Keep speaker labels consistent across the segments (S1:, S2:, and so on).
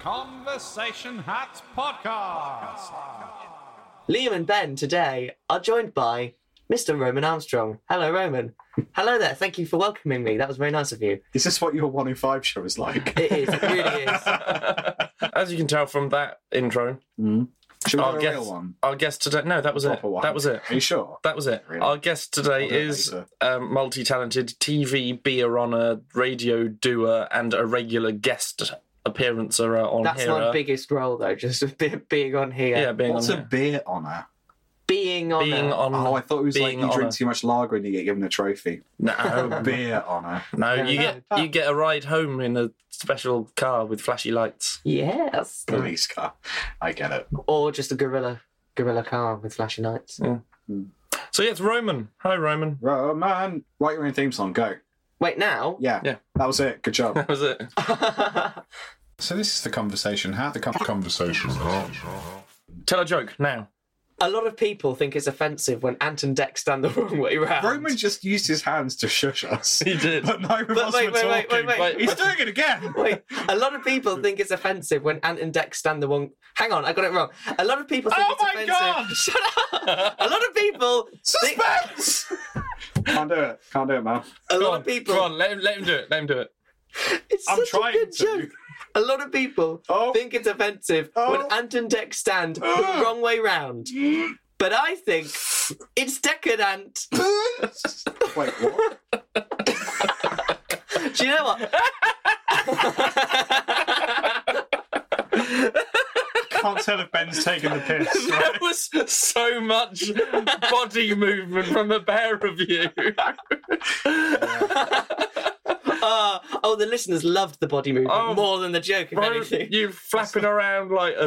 S1: Conversation Hats Podcast.
S2: Liam and Ben today are joined by Mr. Roman Armstrong. Hello, Roman. Hello there. Thank you for welcoming me. That was very nice of you.
S3: Is this what your one in five show is like?
S2: It is. It really is.
S4: As you can tell from that intro,
S3: Should we
S4: I'll
S3: do a
S4: guess-
S3: real one?
S4: our guest today. No, that was it.
S3: Proper one.
S4: That was it.
S3: Are you sure?
S4: That was it.
S3: Really?
S4: Our guest today
S3: I'll do it
S4: is
S3: later.
S4: um, multi talented TV beer honor, radio doer, and a regular guest appearance on
S2: That's
S4: here. uh,
S2: my biggest role, though, just be- being on here.
S4: yeah, being
S3: What's a
S4: on,
S3: beer honour?
S2: Being on.
S4: being
S2: a-
S4: on.
S3: Oh, I thought it was like
S4: Being Mm.
S3: you drink
S4: honoured.
S3: too much lager and you get given a trophy.
S4: no,
S3: Beer honour.
S4: no, you
S2: Yeah.
S4: get you get a ride home in a special car with flashy lights.
S2: Yes.
S3: Police car. I get it.
S2: Or just a gorilla gorilla car with flashing lights.
S4: So yeah, it's Roman. Hi, Roman.
S3: Roman. Write your own theme song. Go.
S2: Wait, now?
S3: Yeah.
S4: Yeah.
S3: That was it. Good job.
S4: That was it.
S5: So this is the conversation. How the con- conversation?
S4: Tell a joke now.
S2: a lot of people think it's offensive when Ant and Deck stand the wrong way round.
S3: Roman just used his hands to shush us.
S4: He did.
S3: But neither of
S2: But
S3: us
S2: wait,
S3: were
S2: wait, wait,
S3: talking.
S2: wait,
S4: wait.
S3: He's doing it again.
S2: Wait, a lot of people think it's offensive when Ant and Dex stand the one. Hang on, I got it wrong. A lot of people think
S3: Oh
S2: it's
S3: my
S2: offensive.
S3: God!
S2: Shut up! A lot of people. Think,
S3: Suspense. Can't do it. Can't do it, man.
S2: a
S4: Go
S2: lot
S4: on,
S2: of people.
S4: Go on, let him, let him do it. Let him do it.
S2: It's
S3: I'm
S2: such
S3: trying
S2: a good
S3: to.
S2: joke. A lot of people
S3: Oh.
S2: think it's offensive
S3: Oh.
S2: when Ant and Dex stand the
S3: Oh.
S2: wrong way round. But I think it's decadent. Do
S3: Wait, what?
S2: you know what?
S3: Can't tell if Ben's taking the piss.
S4: There was so much body movement from the pair of you.
S2: Uh, oh, the listeners loved the body movement
S4: Oh.
S2: more than the joke, if anything.
S4: you flapping around like a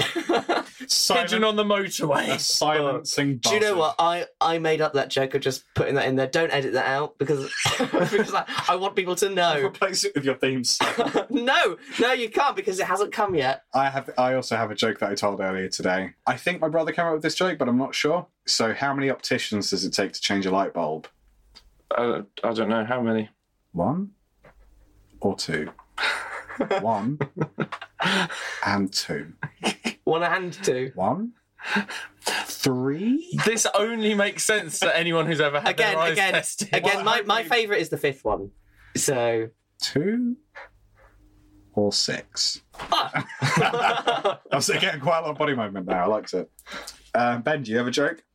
S4: pigeon on the motorway.
S3: silencing.
S2: Do you know what? I, I made up that joke of just putting that in there. Don't edit that out because because I, I want people to know.
S3: Replace it with your theme song.
S2: No, no, you can't because it hasn't come yet.
S3: I have. I also have a joke that I told earlier today. I think my brother came up with this joke, but I'm not sure. So, how many opticians does it take to change a light bulb?
S4: Uh, I don't know how many.
S3: One or two? One and two.
S2: One and two.
S3: One, three.
S4: This only makes sense to anyone who's ever had
S2: Again,
S4: their eyes
S2: again,
S4: tested.
S2: again. My, my favourite is the fifth one. So
S3: two or six. I was getting quite a lot of body movement there. I liked it. Um, ben, do you have a joke?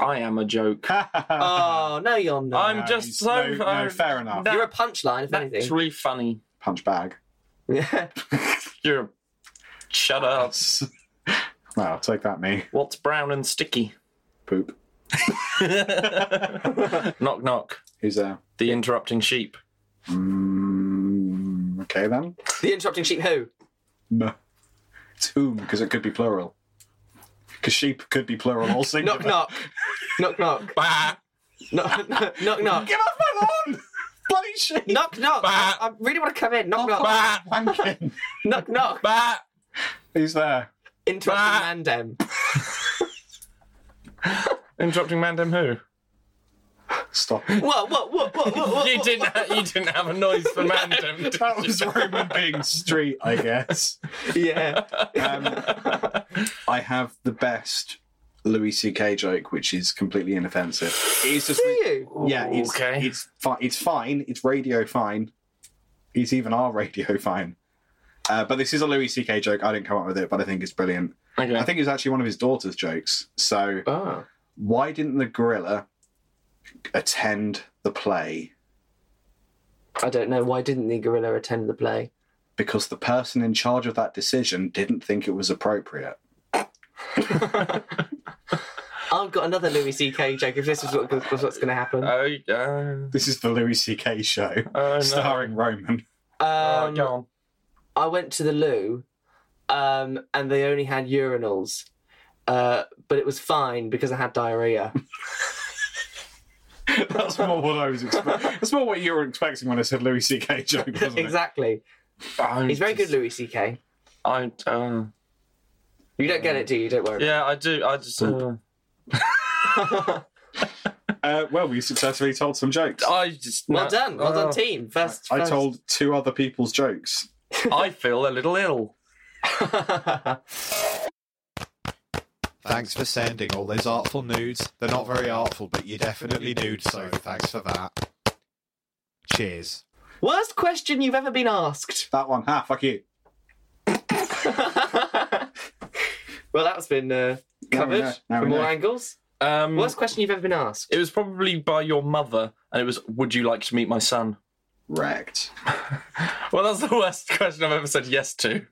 S4: I am a joke.
S2: oh no, you're not.
S4: I'm
S3: No,
S4: just
S3: Uh, you- no,
S4: so.
S3: no,
S4: I'm
S3: fair enough.
S2: you're a punchline, if anything.
S4: naturally funny.
S3: Punch bag.
S2: Yeah.
S4: You're. Shut up.
S3: Well, take that, me.
S4: What's brown and sticky?
S3: Poop.
S4: Knock knock.
S3: Who's there?
S4: The interrupting sheep.
S3: Mm, okay then.
S2: the interrupting sheep. Who?
S3: No. Tomb, because it could be plural. Because sheep could be plural or singular.
S2: Knock knock. knock knock.
S4: Bah!
S2: Knock knock knock.
S3: Get off my lawn! Bloody sheep!
S2: Knock knock. I, I really want to come in. Knock knock.
S4: Bah!
S3: Wanking.
S2: Knock knock.
S4: Bah!
S3: Who's there?
S2: Interrupting mandem.
S4: Interrupting Mandem who?
S3: Stop. it.
S2: What what what what what? what
S4: You didn't. You didn't have a noise for Mandem. did
S3: That
S4: you?
S3: was Roman being street, I guess.
S2: Yeah.
S3: Um, I have the best Louis C.K. joke, which is completely inoffensive. It's just
S2: Do you?
S3: yeah, it's
S4: Okay.
S3: it's fine. It's fine. It's radio fine. It's even our radio fine. Uh, but this is a Louis C.K. joke. I didn't come up with it, but I think it's brilliant.
S4: Okay.
S3: I think it's actually one of his daughter's jokes. So
S2: Oh.
S3: why didn't the gorilla attend the play?
S2: I don't know. Why didn't the gorilla attend the play?
S3: Because the person in charge of that decision didn't think it was appropriate.
S2: I've got another Louis C.K. joke. If this is what, what's going to happen, um,
S4: Oh, yeah.
S3: This is the Louis C.K. show,
S4: oh no.
S3: starring Roman.
S4: Oh, go on.
S2: Um, I went to the loo, um, and they only had urinals, uh, but it was fine because I had diarrhea.
S3: That's more what I was expecting. That's more what you were expecting when I said Louis C.K. joke, wasn't it?
S2: exactly.
S4: I'm
S2: He's very
S4: just-
S2: good, Louis C.K.
S4: I. Uh,
S2: You don't get it, do you? Don't worry.
S4: yeah, I do. I just. Uh,
S3: Uh, well, we successfully told some jokes.
S4: I just.
S2: Well
S4: no.
S2: done. Well
S4: Oh,
S2: done, team. First.
S3: I
S2: first.
S3: told two other people's jokes.
S4: I feel a little ill.
S6: Thanks for sending all those artful nudes. They're not very artful, but you're definitely nude, so thanks for that. Cheers.
S2: Worst question you've ever been asked.
S3: That one. Ah, fuck you.
S2: Well, that's been uh, covered
S3: know. Now
S2: from
S3: we
S2: all
S3: know.
S2: angles.
S4: Um,
S2: Worst question you've ever been asked.
S4: It was probably by your mother, and it was, "Would you like to meet my son?"
S3: Wrecked.
S4: Well, that's the worst question I've ever said yes to.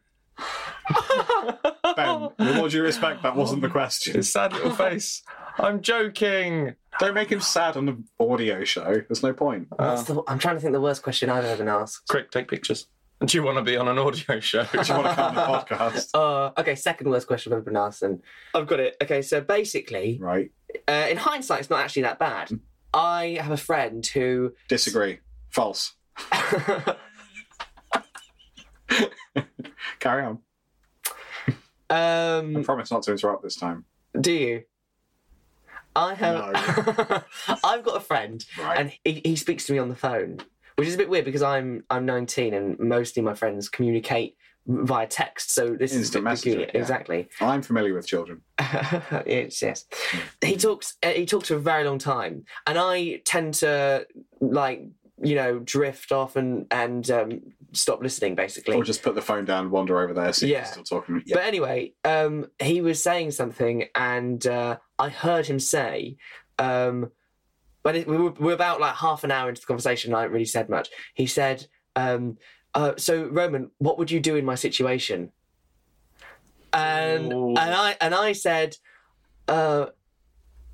S3: Ben, with all due respect, that wasn't the question.
S4: His sad little face. I'm joking.
S3: Don't make him sad on an audio show. There's no point.
S2: What's the, I'm trying to think the worst question I've ever been asked.
S4: Quick, take pictures. Do you want to be on an audio show?
S3: Do you want to come on the podcast?
S2: Uh, okay, second worst question I've ever been asked. And I've got it. Okay, so basically,
S3: Right.
S2: uh, in hindsight, it's not actually that bad. I have a friend who
S3: Disagree. False. Carry on. I
S2: Um,
S3: promise not to interrupt this time.
S2: do you? I have. I've got a friend,
S3: Right.
S2: and he, he speaks to me on the phone, which is a bit weird because I'm I'm 19 and mostly my friends communicate via text. So this is a
S3: Instant
S2: bit peculiar.
S3: messaging, yeah.
S2: Exactly.
S3: I'm familiar with children.
S2: yes, yes. He talks. Uh, he talks for a very long time, and I tend to like you know drift off and and um, stop listening basically.
S3: Or just put the phone down, wander over there, see
S2: Yeah.
S3: if he's still talking. Yeah.
S2: But anyway, um, he was saying something, and uh, I heard him say, um, but it, we, were, we were about like half an hour into the conversation, and I hadn't really said much. He said, um, uh, "So Roman, what would you do in my situation?" Um, And
S4: Ooh.
S2: and I and I said, uh,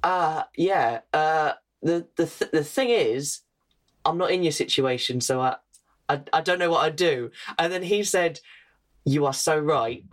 S2: uh, "Yeah, uh, the the th- the thing is, I'm not in your situation, so I, I I don't know what I'd do." And then he said, "You are so right.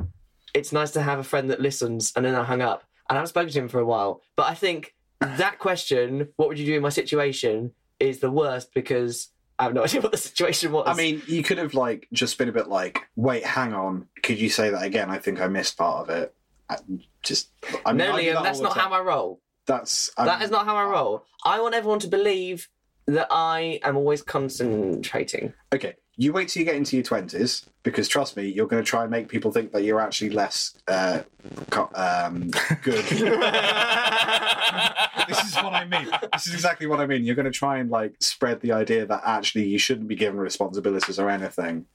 S2: It's nice to have a friend that listens." And then I hung up, and I haven't spoken to him for a while. But I think that question, "What would you do in my situation?" is the worst because I have no idea what the situation was.
S3: I mean, you could have like just been a bit like, wait, hang on, could you say that again? I think I missed part of it. I, just, I mean,
S2: no,
S3: I do
S2: Liam,
S3: that
S2: that's
S3: all the
S2: not
S3: time.
S2: how I roll.
S3: That's
S2: that is not how I roll. I want everyone to believe that I am always concentrating.
S3: okay. You wait till you get into your twenties because trust me, you're going to try and make people think that you're actually less uh, co- um, good. this is what I mean. This is exactly what I mean. You're going to try and like spread the idea that actually you shouldn't be given responsibilities or anything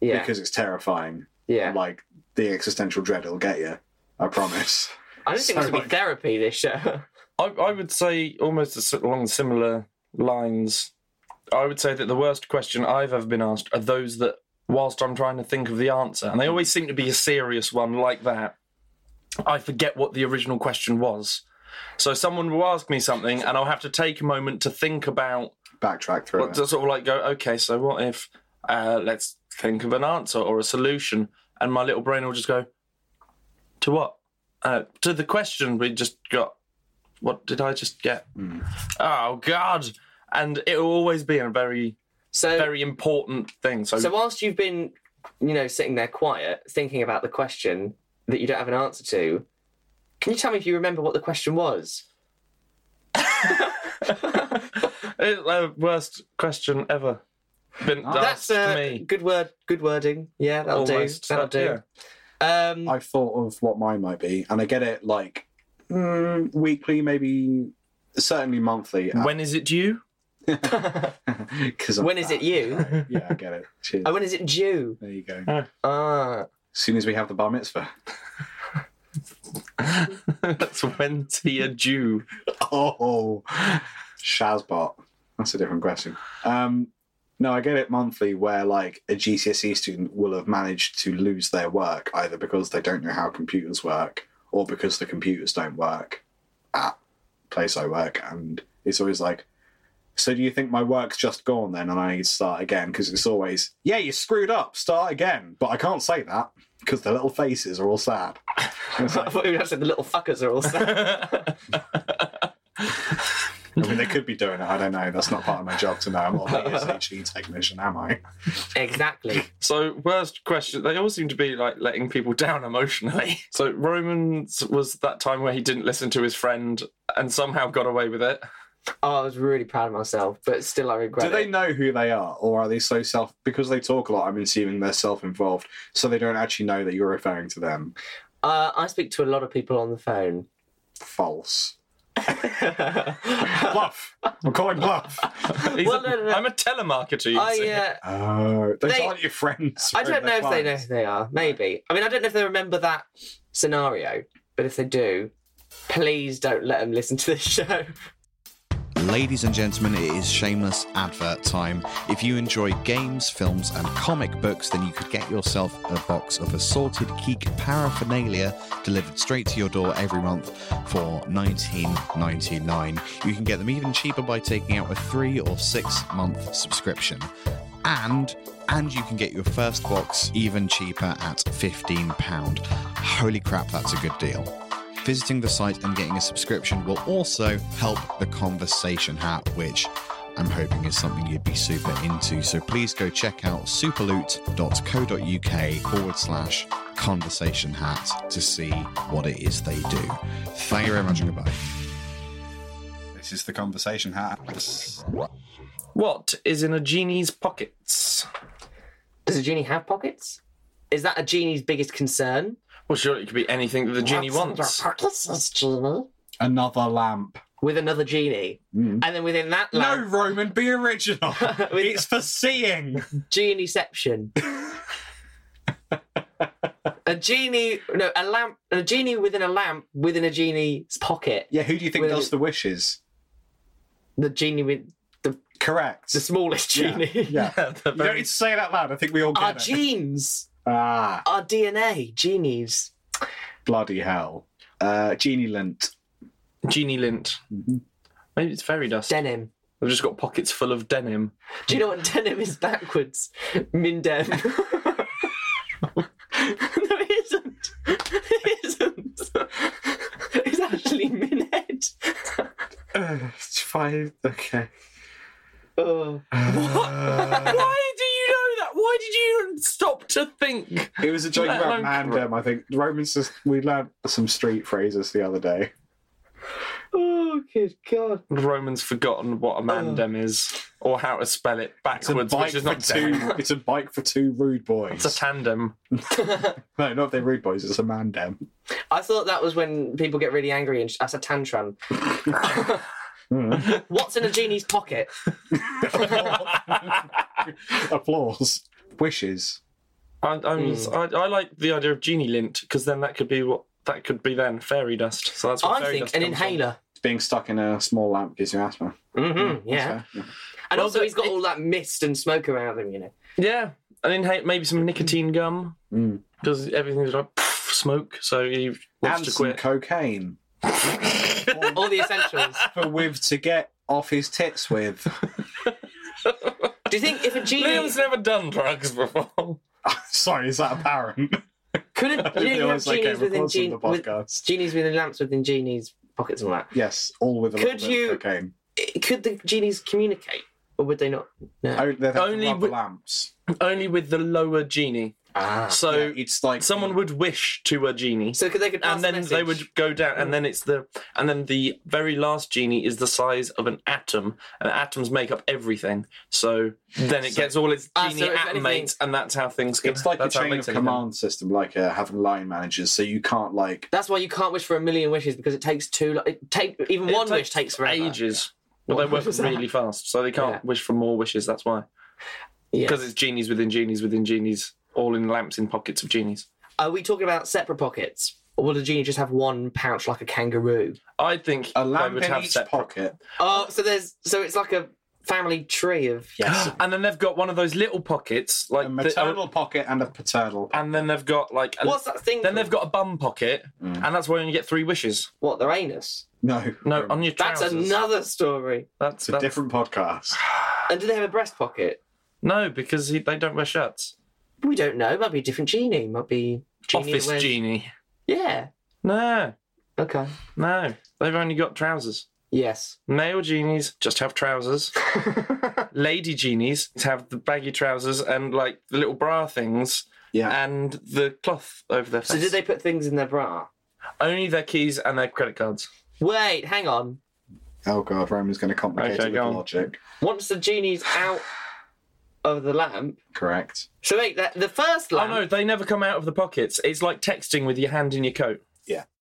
S2: Yeah,
S3: because it's terrifying.
S2: yeah.
S3: Like the existential dread will get you. I promise.
S2: I don't think this
S3: so
S2: would be
S3: like-
S2: therapy this show.
S4: I, I would say almost as- along similar lines. I would say that the worst question I've ever been asked are those that, whilst I'm trying to think of the answer, and they always seem to be a serious one like that, I forget what the original question was. So someone will ask me something, and I'll have to take a moment to think about,
S3: Backtrack through
S4: what,
S3: it.
S4: to sort of like go, okay, so what if, uh, let's think of an answer or a solution, and my little brain will just go, to what? Uh, to the question we just got. What did I just get? Oh God! And it will always be a very,
S2: So,
S4: very important thing. So,
S2: so whilst you've been, you know, sitting there quiet, thinking about the question that you don't have an answer to, can you tell me if you remember what the question was?
S4: It's the worst question ever been asked
S2: uh,
S4: to me.
S2: good word, good wording. Yeah, that'll
S4: Almost,
S2: do. That'll
S4: but, yeah.
S2: do. Um,
S3: I've thought of what mine might be, and I get it like mm, weekly, maybe certainly monthly.
S4: When is it due?
S3: Because
S2: when is it you?
S3: Yeah, I get it. Cheers.
S2: Oh, when is it due?
S3: There you go.
S2: Ah,
S3: As soon as we have the bar mitzvah.
S4: That's when's he a Jew?
S3: Oh, Shazbot. That's a different question. Um, no, I get it monthly where like a GCSE E student will have managed to lose their work either because they don't know how computers work or because the computers don't work at the place I work. And it's always like, so do you think my work's just gone then and I need to start again? Because it's always, yeah, you screwed up, start again. But I can't say that because their little faces are all sad. It's
S2: I
S3: like,
S2: thought you were gonna say the little fuckers are all. sad.
S3: I mean, they could be doing it. I don't know. That's not part of my job to know. I'm not an ESHE E technician, am I?
S2: exactly.
S4: So, worst question. They all seem to be like letting people down emotionally. So, Romans was that time where he didn't listen to his friend and somehow got away with it.
S2: Oh, I was really proud of myself, but still, I regret
S3: Do they
S2: it.
S3: know who they are, or are they so self? Because they talk a lot, I'm assuming they're self-involved, so they don't actually know that you're referring to them.
S2: Uh, I speak to a lot of people on the phone.
S3: False. Bluff. I'm calling bluff.
S4: He's
S2: Well,
S4: a-
S2: no, no, no.
S4: I'm a telemarketer. You
S2: I,
S4: see.
S2: uh,
S3: Oh, those
S2: They-
S3: aren't your friends.
S2: I don't know
S3: they're
S2: if they know
S3: clients.
S2: who they are. Maybe. I mean, I don't know if they remember that scenario, but if they do, please don't let them listen to this show.
S7: Ladies and gentlemen, it is shameless advert time. If you enjoy games, films, and comic books, then you could get yourself a box of assorted geek paraphernalia delivered straight to your door every month for $19.99. You can get them even cheaper by taking out a three or six month subscription. And and you can get your first box even cheaper at £15. Holy crap, that's a good deal. Visiting the site and getting a subscription will also help the conversation hat, which I'm hoping is something you'd be super into. So please go check out superloot.co.uk forward slash conversation hat to see what it is they do. Thank you very much and goodbye.
S5: This is the conversation hat.
S4: What is in a genie's pockets?
S2: Does a genie have pockets? Is that a genie's biggest concern?
S4: Well, surely it could be anything that the genie
S2: What's in
S4: wants.
S2: your pockets, Miss Genie?
S3: Another lamp.
S2: With another genie,
S3: Mm.
S2: and then within that, like,
S3: Roman, be original.
S2: with
S3: for seeing.
S2: genieception. a genie, no, a lamp, a genie within a lamp within a genie's pocket.
S3: Yeah, who do you think
S2: Well-
S3: does the wishes?
S2: The genie with the,
S3: Correct.
S2: the smallest
S3: Yeah,
S2: genie.
S3: Yeah.
S4: The
S3: You don't
S4: very-
S3: need to say it out loud. I think we all
S2: Our
S3: get it.
S2: genes,
S3: ah,
S2: our DNA, genies.
S3: bloody hell. Uh, Genie Lint.
S4: Genie lint. Maybe it's fairy dust.
S2: Denim.
S4: They've just got pockets full of denim.
S2: Do you know what denim is backwards? Mindem. no, it isn't. It isn't. It's actually minhead.
S3: It's fine. Okay.
S2: Oh.
S4: Why do you know that? Why did you stop to think?
S3: It was a joke
S4: Let
S3: about
S4: alone
S3: Mandem, I think. Romans, just, we learned some street phrases the other day.
S2: oh, good God.
S4: Roman's forgotten what a mandem is or how to spell it backwards, which is
S3: for
S4: not
S3: two,
S4: two.
S3: it's a bike for two rude boys.
S4: It's a tandem.
S3: no, not if they're rude boys, it's a Mandem.
S2: I thought that was when people get really angry and sh- that's a tantrum. What's in a genie's pocket?
S3: Applause. Wishes.
S4: I, I'm, I, I like the idea of genie lint because then that could be what that could be then fairy dust. So that's what
S2: I
S4: fairy
S2: think
S4: dust
S2: an
S4: comes from.
S2: inhaler.
S3: Being stuck in a small lamp gives you asthma.
S2: Mm-hmm, yeah.
S3: That's fair.
S2: And also,
S4: but
S2: he's got
S4: it-
S2: all that mist and smoke around him, you know.
S4: Yeah, an inhale, maybe some nicotine gum
S3: Mm.
S4: because everything's like pff, smoke. So he
S3: And
S4: wants to
S3: some
S4: quit.
S3: cocaine.
S2: All the essentials.
S3: For Wiv to get off his tits with.
S2: Do you think if a E genie.
S4: Liam's never done drugs before.
S3: Sorry, is that apparent?
S2: Couldn't you know, you have
S3: realise that
S2: genies
S3: came
S2: within
S3: across on
S2: gen-
S3: the
S2: with,
S3: podcast.
S2: genies within lamps within genies pockets and all that?
S3: yes, all with a
S2: Could
S3: little bit
S2: you-
S3: of cocaine.
S2: I- Could the genies communicate, or would they not? No.
S3: Oh, they're
S4: Only
S3: only
S4: wi-
S3: lamps.
S4: Only with the lower genie.
S2: Ah.
S4: So
S3: Yeah, it's like
S4: Oh, someone would wish to a genie.
S2: So could they could pass
S4: and
S2: the
S4: then they
S2: message?
S4: would go down and then it's the and then the very last genie is the size of an atom and atoms make up everything so then it gets all its
S2: Ah,
S4: genie
S2: so if
S4: atomates
S2: anything-
S4: and that's how things get
S3: It's like
S4: that's
S3: a
S4: how it
S3: chain of
S4: makes anything.
S3: command system, like uh, having line managers, so you can't like.
S2: That's why you can't wish for a million wishes because it takes too. Lo- it take even
S4: It
S2: one
S4: takes
S2: wish takes forever.
S4: ages well they
S2: What
S4: work
S2: was that?
S4: really fast so they can't
S2: Yeah.
S4: wish for more wishes that's why
S2: Yeah.
S4: because it's genies within genies within genies all in lamps in pockets of genies
S2: Are we talking about separate pockets, or will a genie just have one pouch like a kangaroo?
S4: i think
S3: A
S4: they
S3: lamp
S4: would
S3: in
S4: have
S3: each
S4: separate
S3: pocket.
S2: Oh, so there's so it's like a family tree of.
S3: Yes.
S4: and then they've got one of those little pockets like
S3: a
S4: the- uh,
S3: maternal pocket and a paternal.
S4: and then they've got like a,
S2: What's that thing?
S4: Then they've
S2: called?
S4: got a bum pocket,
S2: Mm.
S4: and that's where you only get three wishes.
S2: what their anus.
S3: No,
S4: No, on your
S2: Mm. That's
S4: trousers.
S2: another story.
S4: That's,
S3: It's a
S4: that's-
S3: different podcast.
S2: And do they have a breast pocket?
S4: No, because he, they don't wear shirts.
S2: We don't know. Might be a different genie. Might be genie that
S4: Office
S2: wears-
S4: genie.
S2: Yeah.
S4: No,
S2: Okay.
S4: no, they've only got trousers.
S2: Yes.
S4: Male genies just have trousers. Lady genies have the baggy trousers and like the little bra things
S3: Yeah.
S4: and the cloth over their
S2: So
S4: face.
S2: did they put things in their bra?
S4: Only their keys and their credit cards.
S2: Wait, hang on.
S3: Oh god, Roman's going to complicate
S4: Okay,
S3: it
S4: go
S3: with
S4: on.
S3: logic.
S2: Once the genie's out of the lamp,
S3: Correct.
S2: so wait, that the first
S4: Oh
S2: lamp.
S4: no, they never come out of the pockets. It's like texting with your hand in your coat.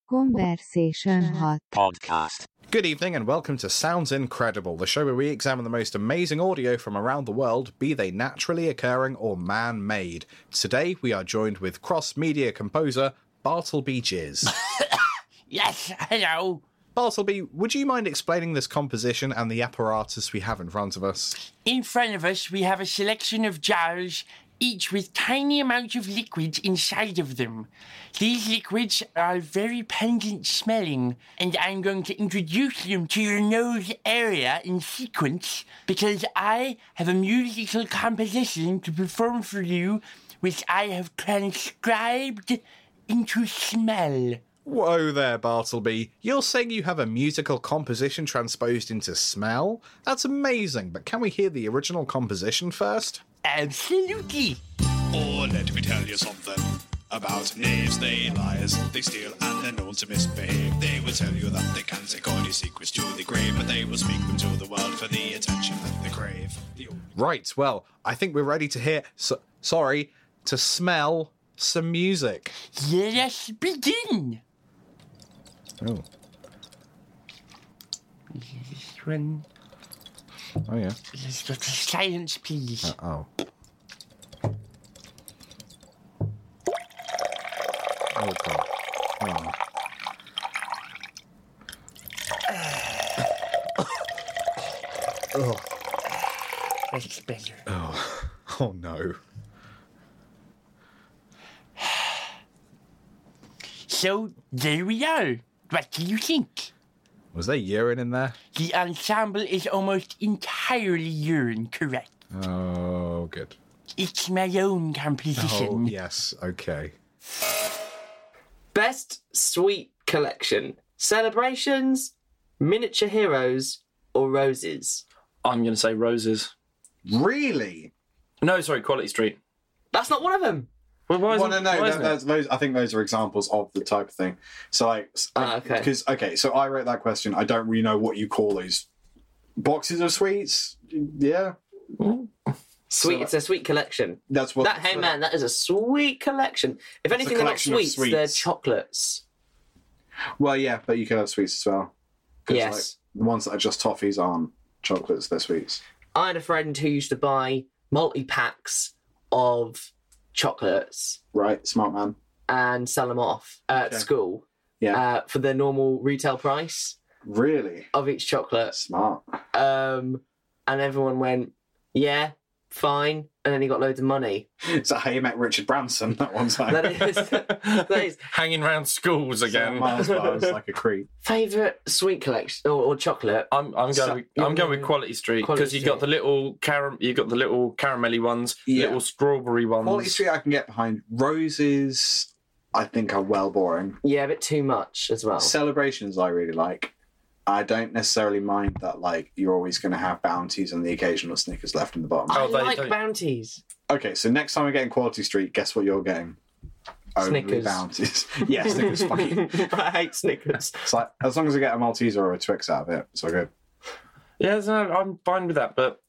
S8: Conversation Hot.
S9: podcast.
S6: Good evening and welcome to Sounds Incredible, the show where we examine the most amazing audio from around the world, be they naturally occurring or man made. Today we are joined with cross media composer Bartleby Jizz.
S9: Yes, hello.
S6: Bartleby, would you mind explaining this composition and the apparatus we have in front of us?
S9: In front of us, we have a selection of jars, each with tiny amounts of liquid inside of them. These liquids are very pungent smelling, and I'm going to introduce them to your nose area in sequence because I have a musical composition to perform for you, which I have transcribed into smell.
S6: Whoa there, Bartleby. You're saying you have a musical composition transposed into smell? That's amazing, but can we hear the original composition first?
S9: Absolutely.
S10: Or let me tell you something about knaves, they liars, they steal and they're known to misbehave. They will tell you that they can take all your secrets to the grave, but they will speak them to the world for the attention that they crave. The old
S6: Right, well, I think we're ready to hear. So, sorry, to smell some music.
S9: Let us begin.
S6: Oh,
S9: This one
S6: oh yeah.
S9: is the silence piece.
S6: Oh. Oh, God. Oh.
S9: That's better.
S6: oh, no.
S9: So there we are. What do you think?
S6: Was there urine in there?
S9: The ensemble is almost entirely urine, correct?
S6: Oh, good.
S9: It's my own composition.
S6: Oh, yes. Okay.
S2: Best sweet collection: celebrations, miniature heroes, or roses.
S4: I'm going to say roses.
S3: Really?
S4: No, sorry, Quality Street.
S2: That's not one of them.
S4: Well, why
S3: Well,
S4: isn't,
S3: no, no. That,
S4: why isn't it?
S3: that's, those, I think those are examples of the type of thing. So, like,
S2: Ah, okay.
S3: Because okay, so I wrote that question. I don't really know what you call those boxes of sweets. Yeah,
S2: Sweet.
S3: So-
S2: it's a sweet collection.
S3: that's what.
S2: That hey man, that is a sweet collection. If anything, they're not
S3: collection of
S2: sweets, They're
S3: sweets.
S2: chocolates.
S3: Well, yeah, but you could have sweets as well. 'Cause,
S2: Yes.
S3: like, the ones that are just toffees aren't chocolates; they're sweets.
S2: I had a friend who used to buy multi packs of chocolates
S3: Right, smart man.
S2: and sell them off at
S3: Okay.
S2: school
S3: Yeah,
S2: uh, for their normal retail price
S3: really
S2: of each chocolate.
S3: smart.
S2: Um, and everyone went, "Yeah, fine," and then he got loads of money.
S3: It's how you met Richard Branson that one time.
S2: That is, that is
S4: Hanging round schools again.
S3: Miles bars like a creep.
S2: favorite sweet collection or, or chocolate.
S4: I'm I'm going
S3: So-
S4: with, I'm going with
S2: Yeah.
S4: Quality Street
S2: Quality
S4: because you got
S2: Street.
S4: the little caram you got the little caramelly ones,
S3: Yeah.
S4: little strawberry ones.
S3: Quality Street, I can get behind. Roses, I think, are well boring.
S2: Yeah, a bit too much as well.
S3: Celebrations, I really like. I don't necessarily mind that, like, you're always going to have bounties and the occasional Snickers left in the bottom.
S2: I
S4: Oh, they
S2: like
S4: don't-
S2: bounties.
S3: Okay, so next time we're getting Quality Street, guess what you're getting? Only
S2: Snickers.
S3: bounties. yeah, Snickers, fuck you.
S2: I hate Snickers.
S3: It's like, as long as I get a Malteser or a Twix out of it, it's all good.
S4: Yeah, no, I'm fine with that, but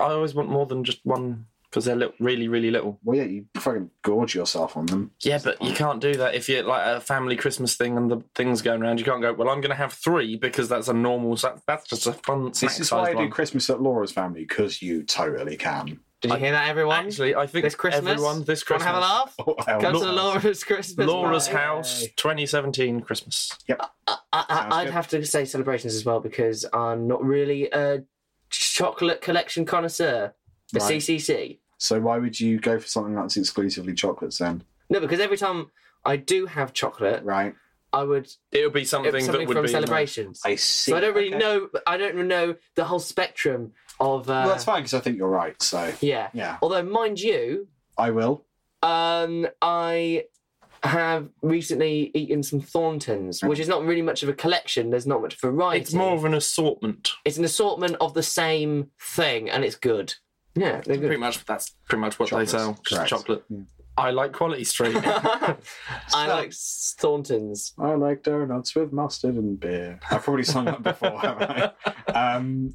S4: I always want more than just one because they're little, really really little.
S3: Well, yeah, you fucking gorge yourself on them.
S4: Yeah, but you can't do that if you're like a family Christmas thing and the things going around. You can't go. Well, I'm going to have three because that's a normal. sa- That's just a fun snack
S3: This is why I
S4: sized
S3: do
S4: one.
S3: Christmas at Laura's family, because you totally can.
S2: Did you hear that, everyone?
S4: Actually, I think
S2: this Christmas,
S4: everyone this
S2: want to
S4: Christmas.
S2: have a laugh?
S3: Oh, hell
S2: Go
S3: no.
S2: to Laura's Christmas.
S4: Laura's
S2: party.
S4: House 2017 Christmas.
S2: I,
S3: Sounds
S2: I, I'd
S3: good.
S2: have to say celebrations as well because I'm not really a chocolate collection connoisseur. The
S3: Right.
S2: CCC.
S3: So why would you go for something that's exclusively chocolates then?
S2: No, because every time I do have chocolate,
S3: Right.
S2: I would
S4: It would be
S2: it
S4: something,
S2: was something
S4: that would
S2: from
S4: be
S2: celebrations.
S3: I see.
S2: so I don't really
S3: Okay.
S2: know. I don't really know the whole spectrum of. Uh,
S3: Well, that's fine because I think you're right. So
S2: Yeah.
S3: yeah,
S2: Although, mind you,
S3: I will.
S2: Um, I have recently eaten some Thorntons, which is not really much of a collection. There's not much variety.
S4: It's more of an assortment.
S2: It's an assortment of the same thing, and it's good. Yeah, they're
S4: Pretty
S2: good.
S4: much, that's pretty much what
S3: Chocolates,
S4: they sell. Just
S3: correct.
S4: chocolate. I like Quality Street.
S2: I like Thornton's.
S3: I like donuts with mustard and beer. I've probably sung that before, haven't I? Um,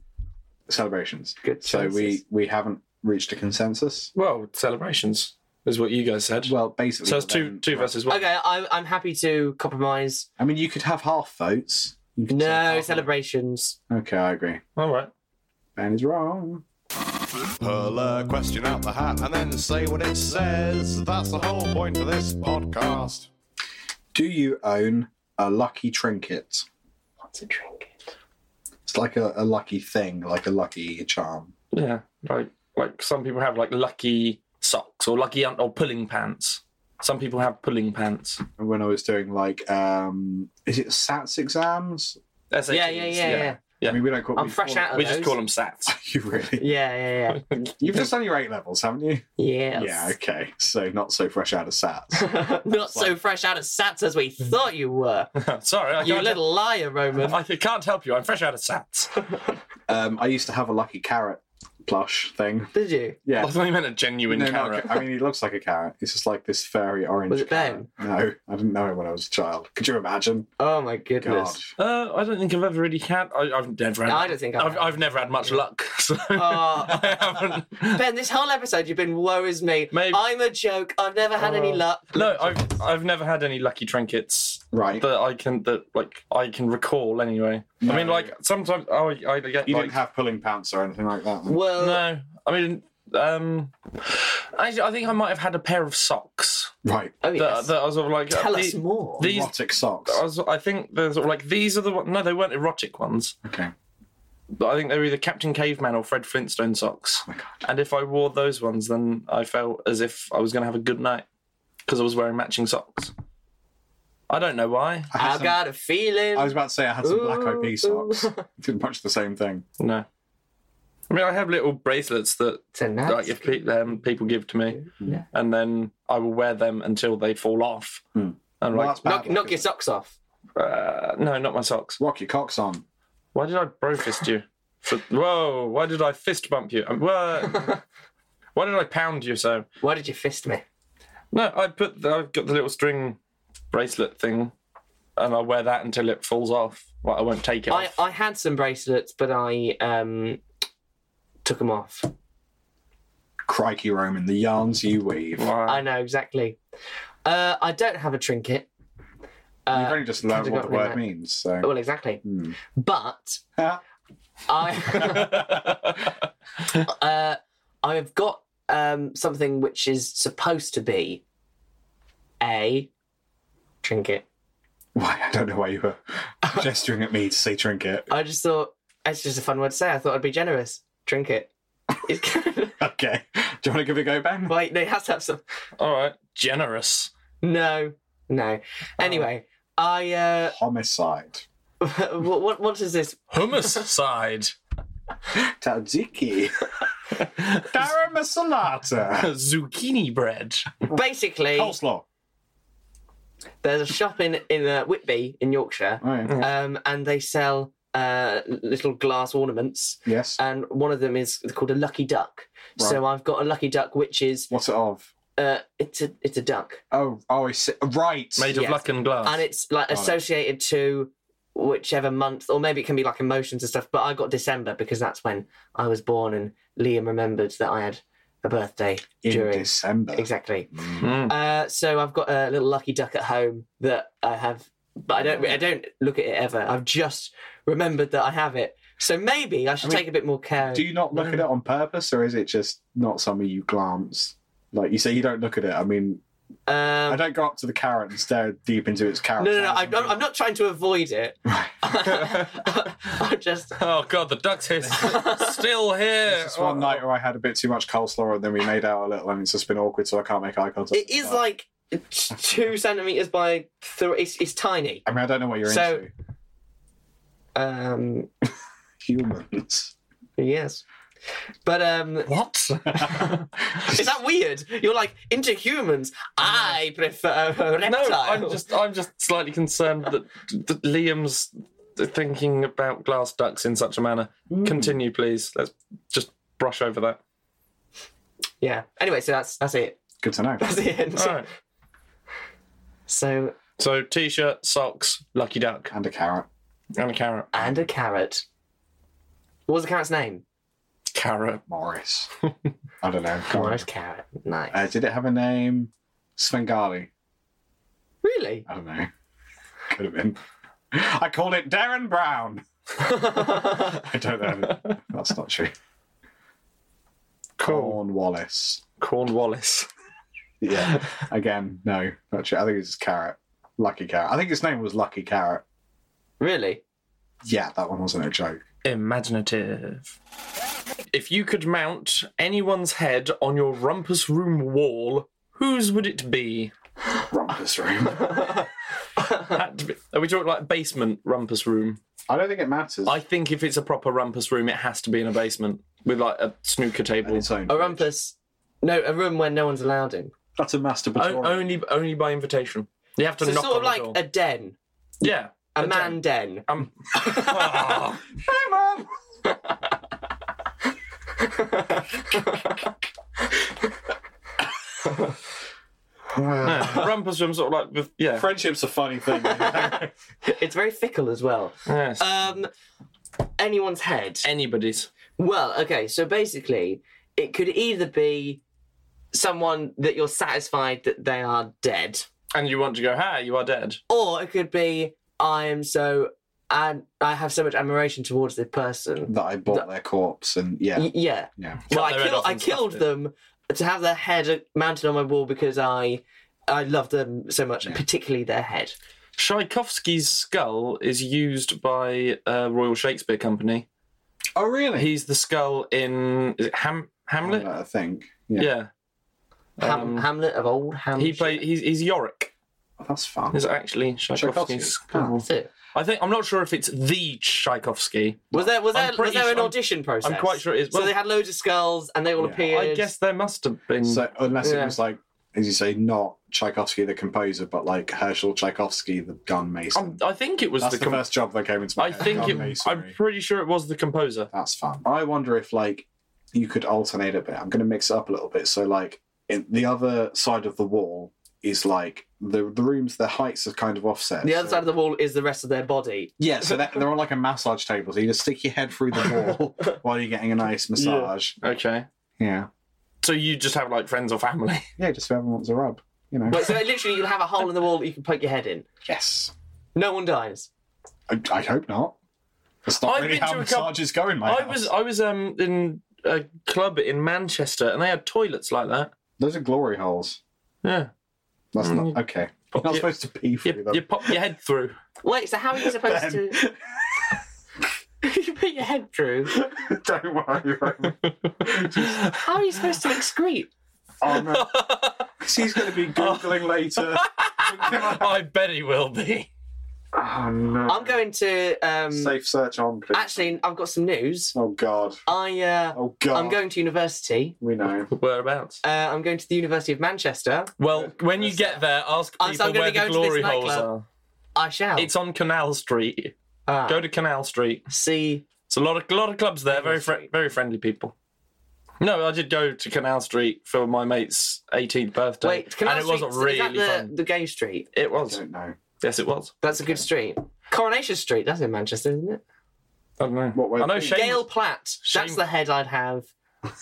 S3: celebrations.
S2: Good
S3: So we
S2: choices.
S3: we haven't reached a consensus.
S4: well, celebrations is what you guys said.
S3: Well, basically,
S4: so it's two
S3: then-
S4: two versus one.
S2: Okay, I'm I'm happy to compromise.
S3: I mean, you could have half votes. You could say
S2: No
S3: half-
S2: celebrations.
S3: Okay, I agree.
S4: All right.
S3: Ben is wrong.
S10: Pull a question out the hat and then say what it says. That's the whole point of this podcast.
S3: Do you own a lucky trinket?
S2: What's a trinket?
S3: It's like a, a lucky thing, like a lucky charm.
S4: Yeah, like like some people have like lucky socks or lucky un- or pulling pants. Some people have pulling pants.
S3: When I was doing like, um is it SATS exams?
S4: SATs,
S2: Yeah, yeah, yeah, yeah.
S4: Yeah.
S3: I mean, we don't call.
S2: I'm
S3: we
S2: fresh
S3: call-
S2: out of
S4: We
S2: those.
S4: just call them sats.
S3: You really?
S2: Yeah, yeah, yeah.
S3: You've just done your eight levels, haven't you?
S2: Yes.
S3: Yeah. Okay. So not so fresh out of SATs.
S2: Not so fresh out of sats as we thought you were.
S4: Sorry, I
S2: You
S4: can't,
S2: little liar, Roman.
S4: I can't help you. I'm fresh out of sats.
S3: um, I used to have a lucky carrot plush thing.
S2: Did you?
S3: Yeah.
S4: I thought you meant a genuine
S3: No, not a
S4: carrot.
S3: ca- I mean, he looks like a carrot. He's just like this furry orange.
S2: Was it
S3: carrot. No, I didn't know him when I was a child. Could you imagine?
S2: Oh my
S3: God.
S2: goodness.
S4: Uh, I don't think I've ever really had. I, I've never had. Oh,
S2: No, I don't think I've
S4: I've,
S2: had.
S4: I've never had much luck, so I haven't.
S2: Ah, Ben, this whole episode you've been woe is me.
S4: Maybe- Uh,
S2: I'm a joke. I've never had any luck.
S4: No, I've I've never had any lucky trinkets
S3: Right.
S4: that I can that like I can recall anyway.
S3: No.
S4: I mean, like sometimes oh, I, I get
S3: you
S4: like
S3: didn't have pulling pants or anything like that. man.
S2: Well,
S4: no. I mean, um, I, I think I might have had a pair of socks
S3: Right.
S2: oh
S4: that,
S2: yes.
S4: that I was sort of like uh,
S2: Tell
S4: the-
S2: us more.
S4: These,
S3: Erotic socks.
S4: I, was, I think they're sort of like these are the one- no, they weren't erotic ones.
S3: Okay.
S4: But I think they were either Captain Caveman or Fred Flintstone socks.
S3: Oh my God.
S4: And if I wore those ones, then I felt as if I was going to have a good night because I was wearing matching socks. I don't know why.
S3: I, had
S2: I've
S3: some-
S2: got a feeling.
S3: I was about to say I had some black eyed pea
S2: Ooh,
S3: socks. Did much the same thing.
S4: No. I mean, I have little bracelets that
S2: Tonight.
S4: like, if pe- um, people give to me,
S2: Yeah.
S4: and then I will wear them until they fall off.
S3: Hmm.
S4: And
S3: Well,
S4: like,
S3: that's bad
S2: knock,
S3: luck,
S2: knock your
S3: isn't
S2: socks off.
S4: uh, no, not my socks.
S3: it? Rock your cocks on.
S4: Why did I bro fist you? For, whoa! Why did I fist bump you? Um, whoa. why did I pound you so?
S2: Why did you fist me?
S4: No, I put the, I've got the little string bracelet thing, and I wear that until it falls off. Like I won't take it
S2: I,
S4: off.
S2: I had some bracelets, but I um, took them off.
S3: Crikey, Roman, the yarns you weave.
S4: Wow.
S2: I know exactly. Uh, I don't have a trinket.
S3: You've
S2: Uh,
S3: only just learned what the
S2: categorically
S3: word
S2: no.
S3: means. So.
S2: well, exactly.
S3: Hmm.
S2: But
S3: Ah,
S2: I uh, I have got um, something which is supposed to be a trinket.
S3: Why? I don't know why you were gesturing at me to say trinket.
S2: I just thought it's just a fun word to say. I thought I'd be generous. Trinket. It's kind of-
S3: Okay. Do you want to give it a go, Ben?
S2: Wait, no, it has to have some.
S4: All right, generous.
S2: No, no.
S3: Oh.
S2: Anyway, I uh,
S3: Homicide.
S2: what, what what is this?
S4: Hummus side.
S3: Tzatziki. Taramasalata.
S4: Zucchini bread.
S2: Basically,
S3: Coleslaw.
S2: there's a shop in in uh, Whitby in Yorkshire,
S3: Oh, yeah.
S2: um, and they sell uh, little glass ornaments,
S3: Yes.
S2: and one of them is called a lucky duck. So I've got a lucky duck, which is
S3: What's it of?
S2: uh, it's a it's a duck,
S3: Oh, oh, I see. Right.
S4: Made of
S2: Yes.
S4: luck and glass.
S2: and it's like
S3: Got it.
S2: associated to whichever month, or maybe it can be like emotions and stuff. But I got December because that's when I was born, and Liam remembered that I had a birthday
S3: In
S2: during
S3: December.
S2: exactly.
S4: Mm.
S2: Uh, so I've got a little lucky duck at home that I have, but I don't. I don't look at it ever. I've just remembered that I have it. So maybe I should
S3: I mean,
S2: take a bit more care.
S3: Do you not look at
S2: Mm.
S3: it on purpose, or is it just not something you glance? Like you say, you don't look at it. I mean, I
S2: um,
S3: don't go up to the carrot and stare deep into its
S2: no,
S3: carrot.
S2: no, no. I, I'm I'm not trying to avoid it. I just.
S4: Oh god, the duck's hiss. Still here. Oh,
S3: It's one night where I had a bit too much coleslaw, and then we made out a little, and it's just been awkward, so I can't make eye contact.
S2: It is like two centimeters by three. It's, it's tiny.
S3: I mean, I don't know what you're
S2: So-
S3: into.
S2: Um,
S3: Humans.
S2: yes, but um,
S4: What?
S2: is that weird? You're like into humans. I prefer reptiles.
S4: no, I'm just I'm just slightly concerned that, that Liam's thinking about glass ducks in such a manner. Continue, please. Let's just brush over that.
S2: Yeah. Anyway, so that's that's it.
S3: Good to know.
S2: That's the end.
S4: All right.
S2: So
S4: So t-shirt, socks, lucky duck,
S3: And a carrot.
S4: and a carrot.
S2: and a carrot. What was the carrot's name?
S4: Carrot.
S3: Morris. I don't know. Can't
S2: Morris Carrot. Nice.
S3: Uh, did it have a name? Svengali.
S2: really?
S3: I don't know. Could have been. I called it Darren Brown. I don't know. That's not true.
S4: Corn.
S3: Cornwallis.
S4: Cornwallis.
S3: Yeah. Again, no, not true. I think it's Carrot. Lucky Carrot. I think his name was Lucky Carrot.
S2: Really?
S3: Yeah, that one wasn't a joke.
S4: Imaginative. If you could mount anyone's head on your rumpus room wall, whose would it be?
S3: Rumpus room.
S4: Had to be- Are we talking like basement rumpus room?
S3: I don't think it matters.
S4: I think if it's a proper rumpus room, it has to be in a basement with like a snooker
S3: And
S4: table.
S3: its own.
S2: A rumpus. No, a room where no one's allowed in.
S3: That's a
S4: O-
S3: masturbatory.
S4: only, only by invitation. You have to
S2: So
S4: knock
S2: sort
S4: on
S2: of
S4: the
S2: like
S4: door.
S2: a den.
S4: yeah,
S2: A,
S4: den.
S2: man den.
S4: Um, oh, yeah, rumpus room, sort of like with yeah.
S3: Friendship's a funny thing.
S2: It's very fickle as well.
S4: Yes.
S2: Um, anyone's head.
S4: Anybody's.
S2: Well, okay, so basically, it could either be someone that you're satisfied that they are dead,
S4: And you want to go, ha, you are dead.
S2: or it could be I am so and I have so much admiration towards this person.
S3: that I bought their corpse and yeah,
S2: Y- yeah.
S3: yeah.
S2: Well,
S4: their
S2: I,
S4: head
S2: kill,
S4: off
S2: I
S4: and stuff
S2: killed
S4: it.
S2: them to have their head uh, mounted on my wall because I I love them so much, particularly their head.
S4: Tchaikovsky's skull is used by uh, Royal Shakespeare Company.
S3: Oh really?
S4: He's the skull in is it Ham- Hamlet.
S3: I think. Oh, Yeah.
S4: yeah.
S2: Ham,
S4: Um,
S2: Hamlet of old Hamlet.
S4: He play. He's, he's Yorick.
S3: That's fun.
S4: Is actually
S3: Tchaikovsky.
S4: Tchaikovsky's skull.
S2: Oh, That's it.
S4: I think I'm not sure if it's the Tchaikovsky.
S2: Was there was
S4: I'm
S2: there, was
S4: pretty
S2: there an
S4: sure-
S2: audition process?
S4: I'm quite sure it is.
S2: so
S4: Well-
S2: they had loads of skulls and they all
S3: Yeah.
S2: appeared.
S4: I guess there must have been.
S3: So unless it
S4: Yeah.
S3: was like, as you say, not Tchaikovsky the composer, but like Herschel Tchaikovsky the gun mason.
S4: Um, I think it was
S3: That's the,
S4: the. com-
S3: first job that came into my
S4: I
S3: head,
S4: think
S3: gun
S4: it. I'm
S3: masonry.
S4: pretty sure it was the composer.
S3: That's fun. I wonder if like you could alternate a bit. I'm going to mix it up a little bit. So like in the other side of the wall is like the the rooms. Their heights are kind of offset.
S2: the other
S3: so-
S2: side of the wall is the rest of their body.
S3: Yeah, so that, they're on like a massage table. So you just stick your head through the wall while you're getting a nice massage.
S4: Okay.
S3: Yeah.
S4: So you just have like friends or family.
S3: Yeah, just whoever wants a rub, you know.
S2: Wait, so literally you'll have a hole in the wall that you can poke your head in.
S3: yes.
S2: No one dies.
S3: I, I hope not. That's not
S4: I've
S3: really
S4: been
S3: how
S4: to a
S3: massages
S4: couple-
S3: go in my
S4: I
S3: house.
S4: was I was um in a club in Manchester and they had toilets like that.
S3: Those are glory holes.
S4: Yeah.
S3: That's
S4: Mm.
S3: not okay. You're not
S4: Yeah.
S3: supposed to pee through
S4: You,
S3: them.
S4: you pop your head through.
S2: Wait, so how are you supposed
S3: Ben.
S2: to? you put your head through.
S3: Don't worry. Roman.
S2: How are you supposed to excrete?
S3: oh no, 'Cause he's going to be googling later.
S4: I bet he will be.
S3: Oh no.
S2: I'm going to. Um,
S3: Safe search on, please.
S2: actually, I've got some news.
S3: oh god.
S2: I uh,
S3: Oh god.
S2: I'm going to university.
S3: We know.
S4: Whereabouts?
S2: Uh, I'm going to the University of Manchester.
S4: Well, when you get there, ask
S2: Oh, so I'm
S4: people
S2: gonna
S4: where
S2: be
S4: the
S2: going to this
S4: glory holes
S2: nightclub.
S4: are.
S2: I
S3: Oh.
S2: shall.
S4: It's on Canal Street.
S2: Ah,
S4: Go to Canal Street.
S2: see.
S4: It's a lot of lot of clubs there. Very fri
S2: Street.
S4: very friendly people. No, I did go to Canal Street for my mate's 18th birthday,
S2: Wait, can
S4: and
S2: I
S4: it wasn't
S2: street, is that
S4: really
S2: the,
S4: fun.
S2: the gay street.
S4: It
S3: I
S4: was.
S3: don't know.
S4: Yes, it was.
S2: That's a good street. Coronation Street, that's in Manchester, isn't it?
S4: I don't know.
S3: What way-
S4: I know Shane.
S2: Gail Platt. That's
S4: Shame-
S2: the head I'd have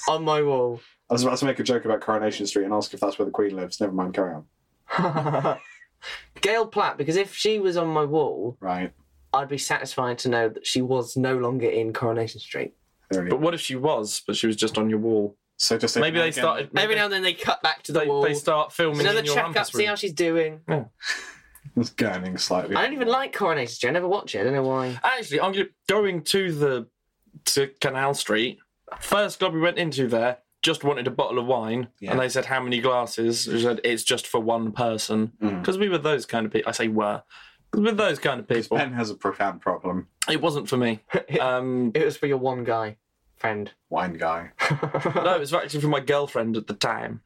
S2: on my wall.
S3: I was about to make a joke about Coronation Street and ask if that's where the Queen lives. Never mind. Carry on.
S2: Gail Platt, because if she was on my wall,
S3: Right.
S2: I'd be satisfied to know that she was no longer in Coronation Street.
S3: There we
S4: But
S3: go.
S4: what if she was, but she was just on your wall?
S3: So just
S4: Maybe they
S3: again,
S4: started. Maybe
S2: Every now and then they cut back to the
S4: they,
S2: wall.
S4: they start filming
S2: Another
S4: in your
S2: check up,
S4: rumpus
S2: see how
S4: room.
S2: she's doing.
S3: It's gurning slightly.
S2: I don't even like Coronation Street. I never watch it. I don't know why.
S4: Actually, I'm gonna- going to the to Canal Street. First club we went into there just wanted a bottle of wine, and they said how many glasses. We said it's just for one person because we were those kind of people. I say were. 'Cause With those kind of people,
S3: Ben has a profound problem.
S4: it wasn't for me. Um,
S2: It was for your one guy friend.
S3: Wine guy.
S4: no, it was actually for my girlfriend at the time.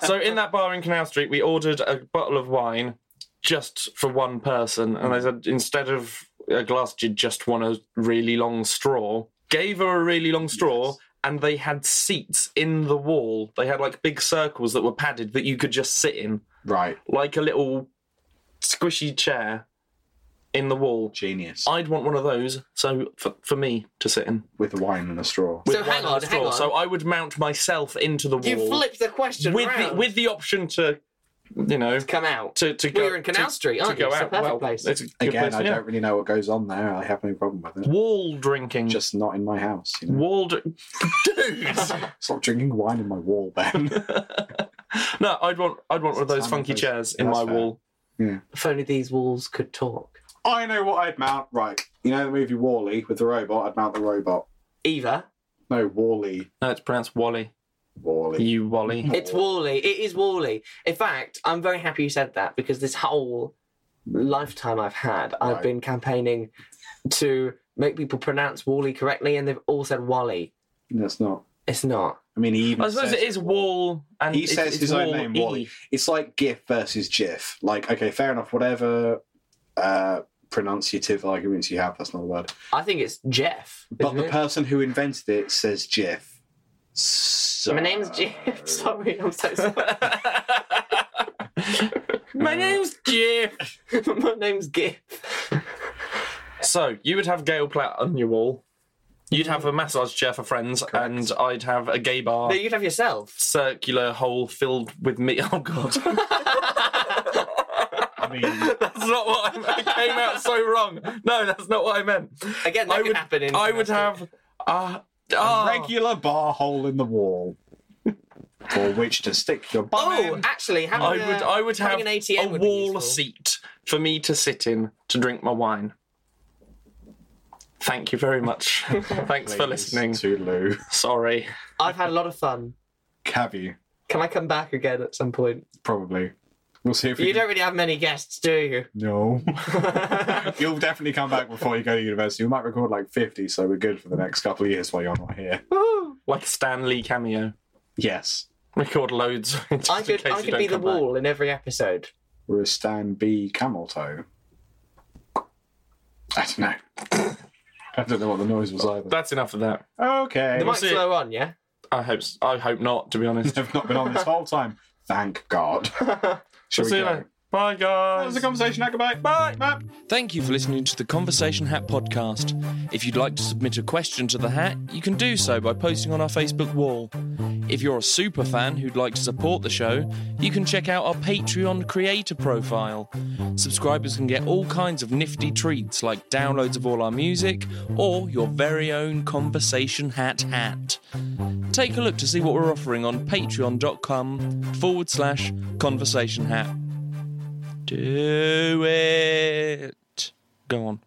S4: so in that bar in Canal Street, we ordered a bottle of wine just for one person, and they said instead of a glass, you just want a really long straw. Gave her a really long straw, and they had seats in the wall. They had like big circles that were padded that you could just sit in,
S3: Right.
S4: like a little squishy chair in the wall.
S3: Genius.
S4: I'd want one of those, so for, for me to sit in.
S3: With wine and a straw.
S4: With
S2: So hang
S4: one
S2: on,
S4: straw.
S2: hang on.
S4: So I would mount myself into the
S2: You
S4: wall.
S2: flipped the question
S4: with
S2: round.
S4: the, with the option to, you know,
S2: come out.
S4: to to go.
S2: We're in Canal
S4: to,
S2: Street,
S4: to
S2: aren't
S4: go
S2: we? It's a
S4: out.
S2: perfect
S4: well,
S2: place.
S4: It's a good
S3: Again,
S4: place,
S3: I
S4: yeah.
S3: don't really know what goes on there. I have no problem with it.
S4: Wall drinking.
S3: Just not in my house. You know?
S4: wall. Dr-
S3: Stop drinking wine in my wall, Ben.
S4: no, I'd want I'd want one of
S3: It's
S4: those
S3: time
S4: funky
S3: for-
S4: chairs in
S3: That's
S4: my
S3: fair.
S4: wall.
S2: If only these walls could talk.
S3: I know what I'd mount. Right. You know the movie Wally with the robot? I'd mount the robot.
S2: Eva,
S3: No, Wally.
S4: No, it's pronounced Wally.
S3: Wally.
S4: You Wally.
S2: it's Wally. It is Wally. In fact, I'm very happy you said that because this whole lifetime I've had, I've
S3: Right.
S2: been campaigning to make people pronounce Wally correctly, and they've all said Wally.
S3: That's not.
S2: It's not.
S3: I mean, he even
S4: I suppose
S3: says
S4: it is Wall, and
S3: Hmm. He
S4: it's-
S3: says
S4: it's
S3: his own
S4: Wall
S3: name,
S4: E.
S3: Wally. It's like GIF versus GIF. Like, okay, fair enough. Whatever uh, pronunciative arguments you have, that's not a word.
S2: I think it's Jeff.
S3: But
S2: isn't
S3: the
S4: Mm-hmm.
S2: it?
S3: person who invented it says GIF. So...
S2: My name's Jeff. Sorry, I'm so sorry.
S3: Uh,
S4: My name's Jeff.
S2: My name's Gif.
S4: Oh. So you would have Gail Platt on your wall. You'd have a massage chair for friends, and I'd have a gay bar
S2: No, you'd have yourself.
S4: circular hole filled with me. Oh god,
S3: I mean,
S4: that's not what I meant. It came out so wrong. No, that's not what I meant.
S2: Again, that
S4: I
S2: could
S4: would.
S2: happen in
S4: I would have. Uh, oh,
S3: regular bar hole in the wall for which to stick your bum
S2: Oh,
S3: in.
S2: actually, having
S4: I would.
S2: a-
S4: I would have
S2: having an ATM
S4: a
S2: would be
S4: wall
S2: useful.
S4: seat for me to sit in to drink my wine. Thank you very much. Thanks for listening.
S3: To Lou.
S4: Sorry.
S2: I've had a lot of fun.
S3: Have you?
S2: Can I come back again at some point?
S3: Probably. We'll see if we
S2: You
S3: can-
S2: don't really have many guests, do you?
S3: No. You'll definitely come back before you go to university. We might record like 50, so we're good for the next couple of years while you're not here.
S4: Like a Stan Lee cameo.
S3: Yes.
S4: Record loads. just
S2: I
S4: in
S2: could.
S4: case
S2: I
S4: you
S2: could
S4: don't
S2: be the
S4: come back.
S2: wall in every episode.
S3: We're a Stan B. Camel Toe. I don't know. I don't know what the noise was either.
S4: That's enough of that.
S2: The
S3: Okay.
S2: mic's
S4: see.
S2: low on, yeah.
S4: I hope. s- I hope not. To be honest.
S3: I've not been on this whole time. Thank God. Shall we
S4: See you
S3: go?
S4: later. Bye, guys.
S3: That was the conversation. Goodbye. Bye. Bye.
S4: Thank you for listening to the Conversation Hat podcast. If you'd like to submit a question to the hat, you can do so by posting on our Facebook wall. If you're a super fan who'd like to support the show, you can check out our Patreon creator profile. Subscribers can get all kinds of nifty treats like downloads of all our music or your very own Conversation Hat hat. Take a look to see what we're offering on patreon.com forward slash conversation hat. Do it. Go on.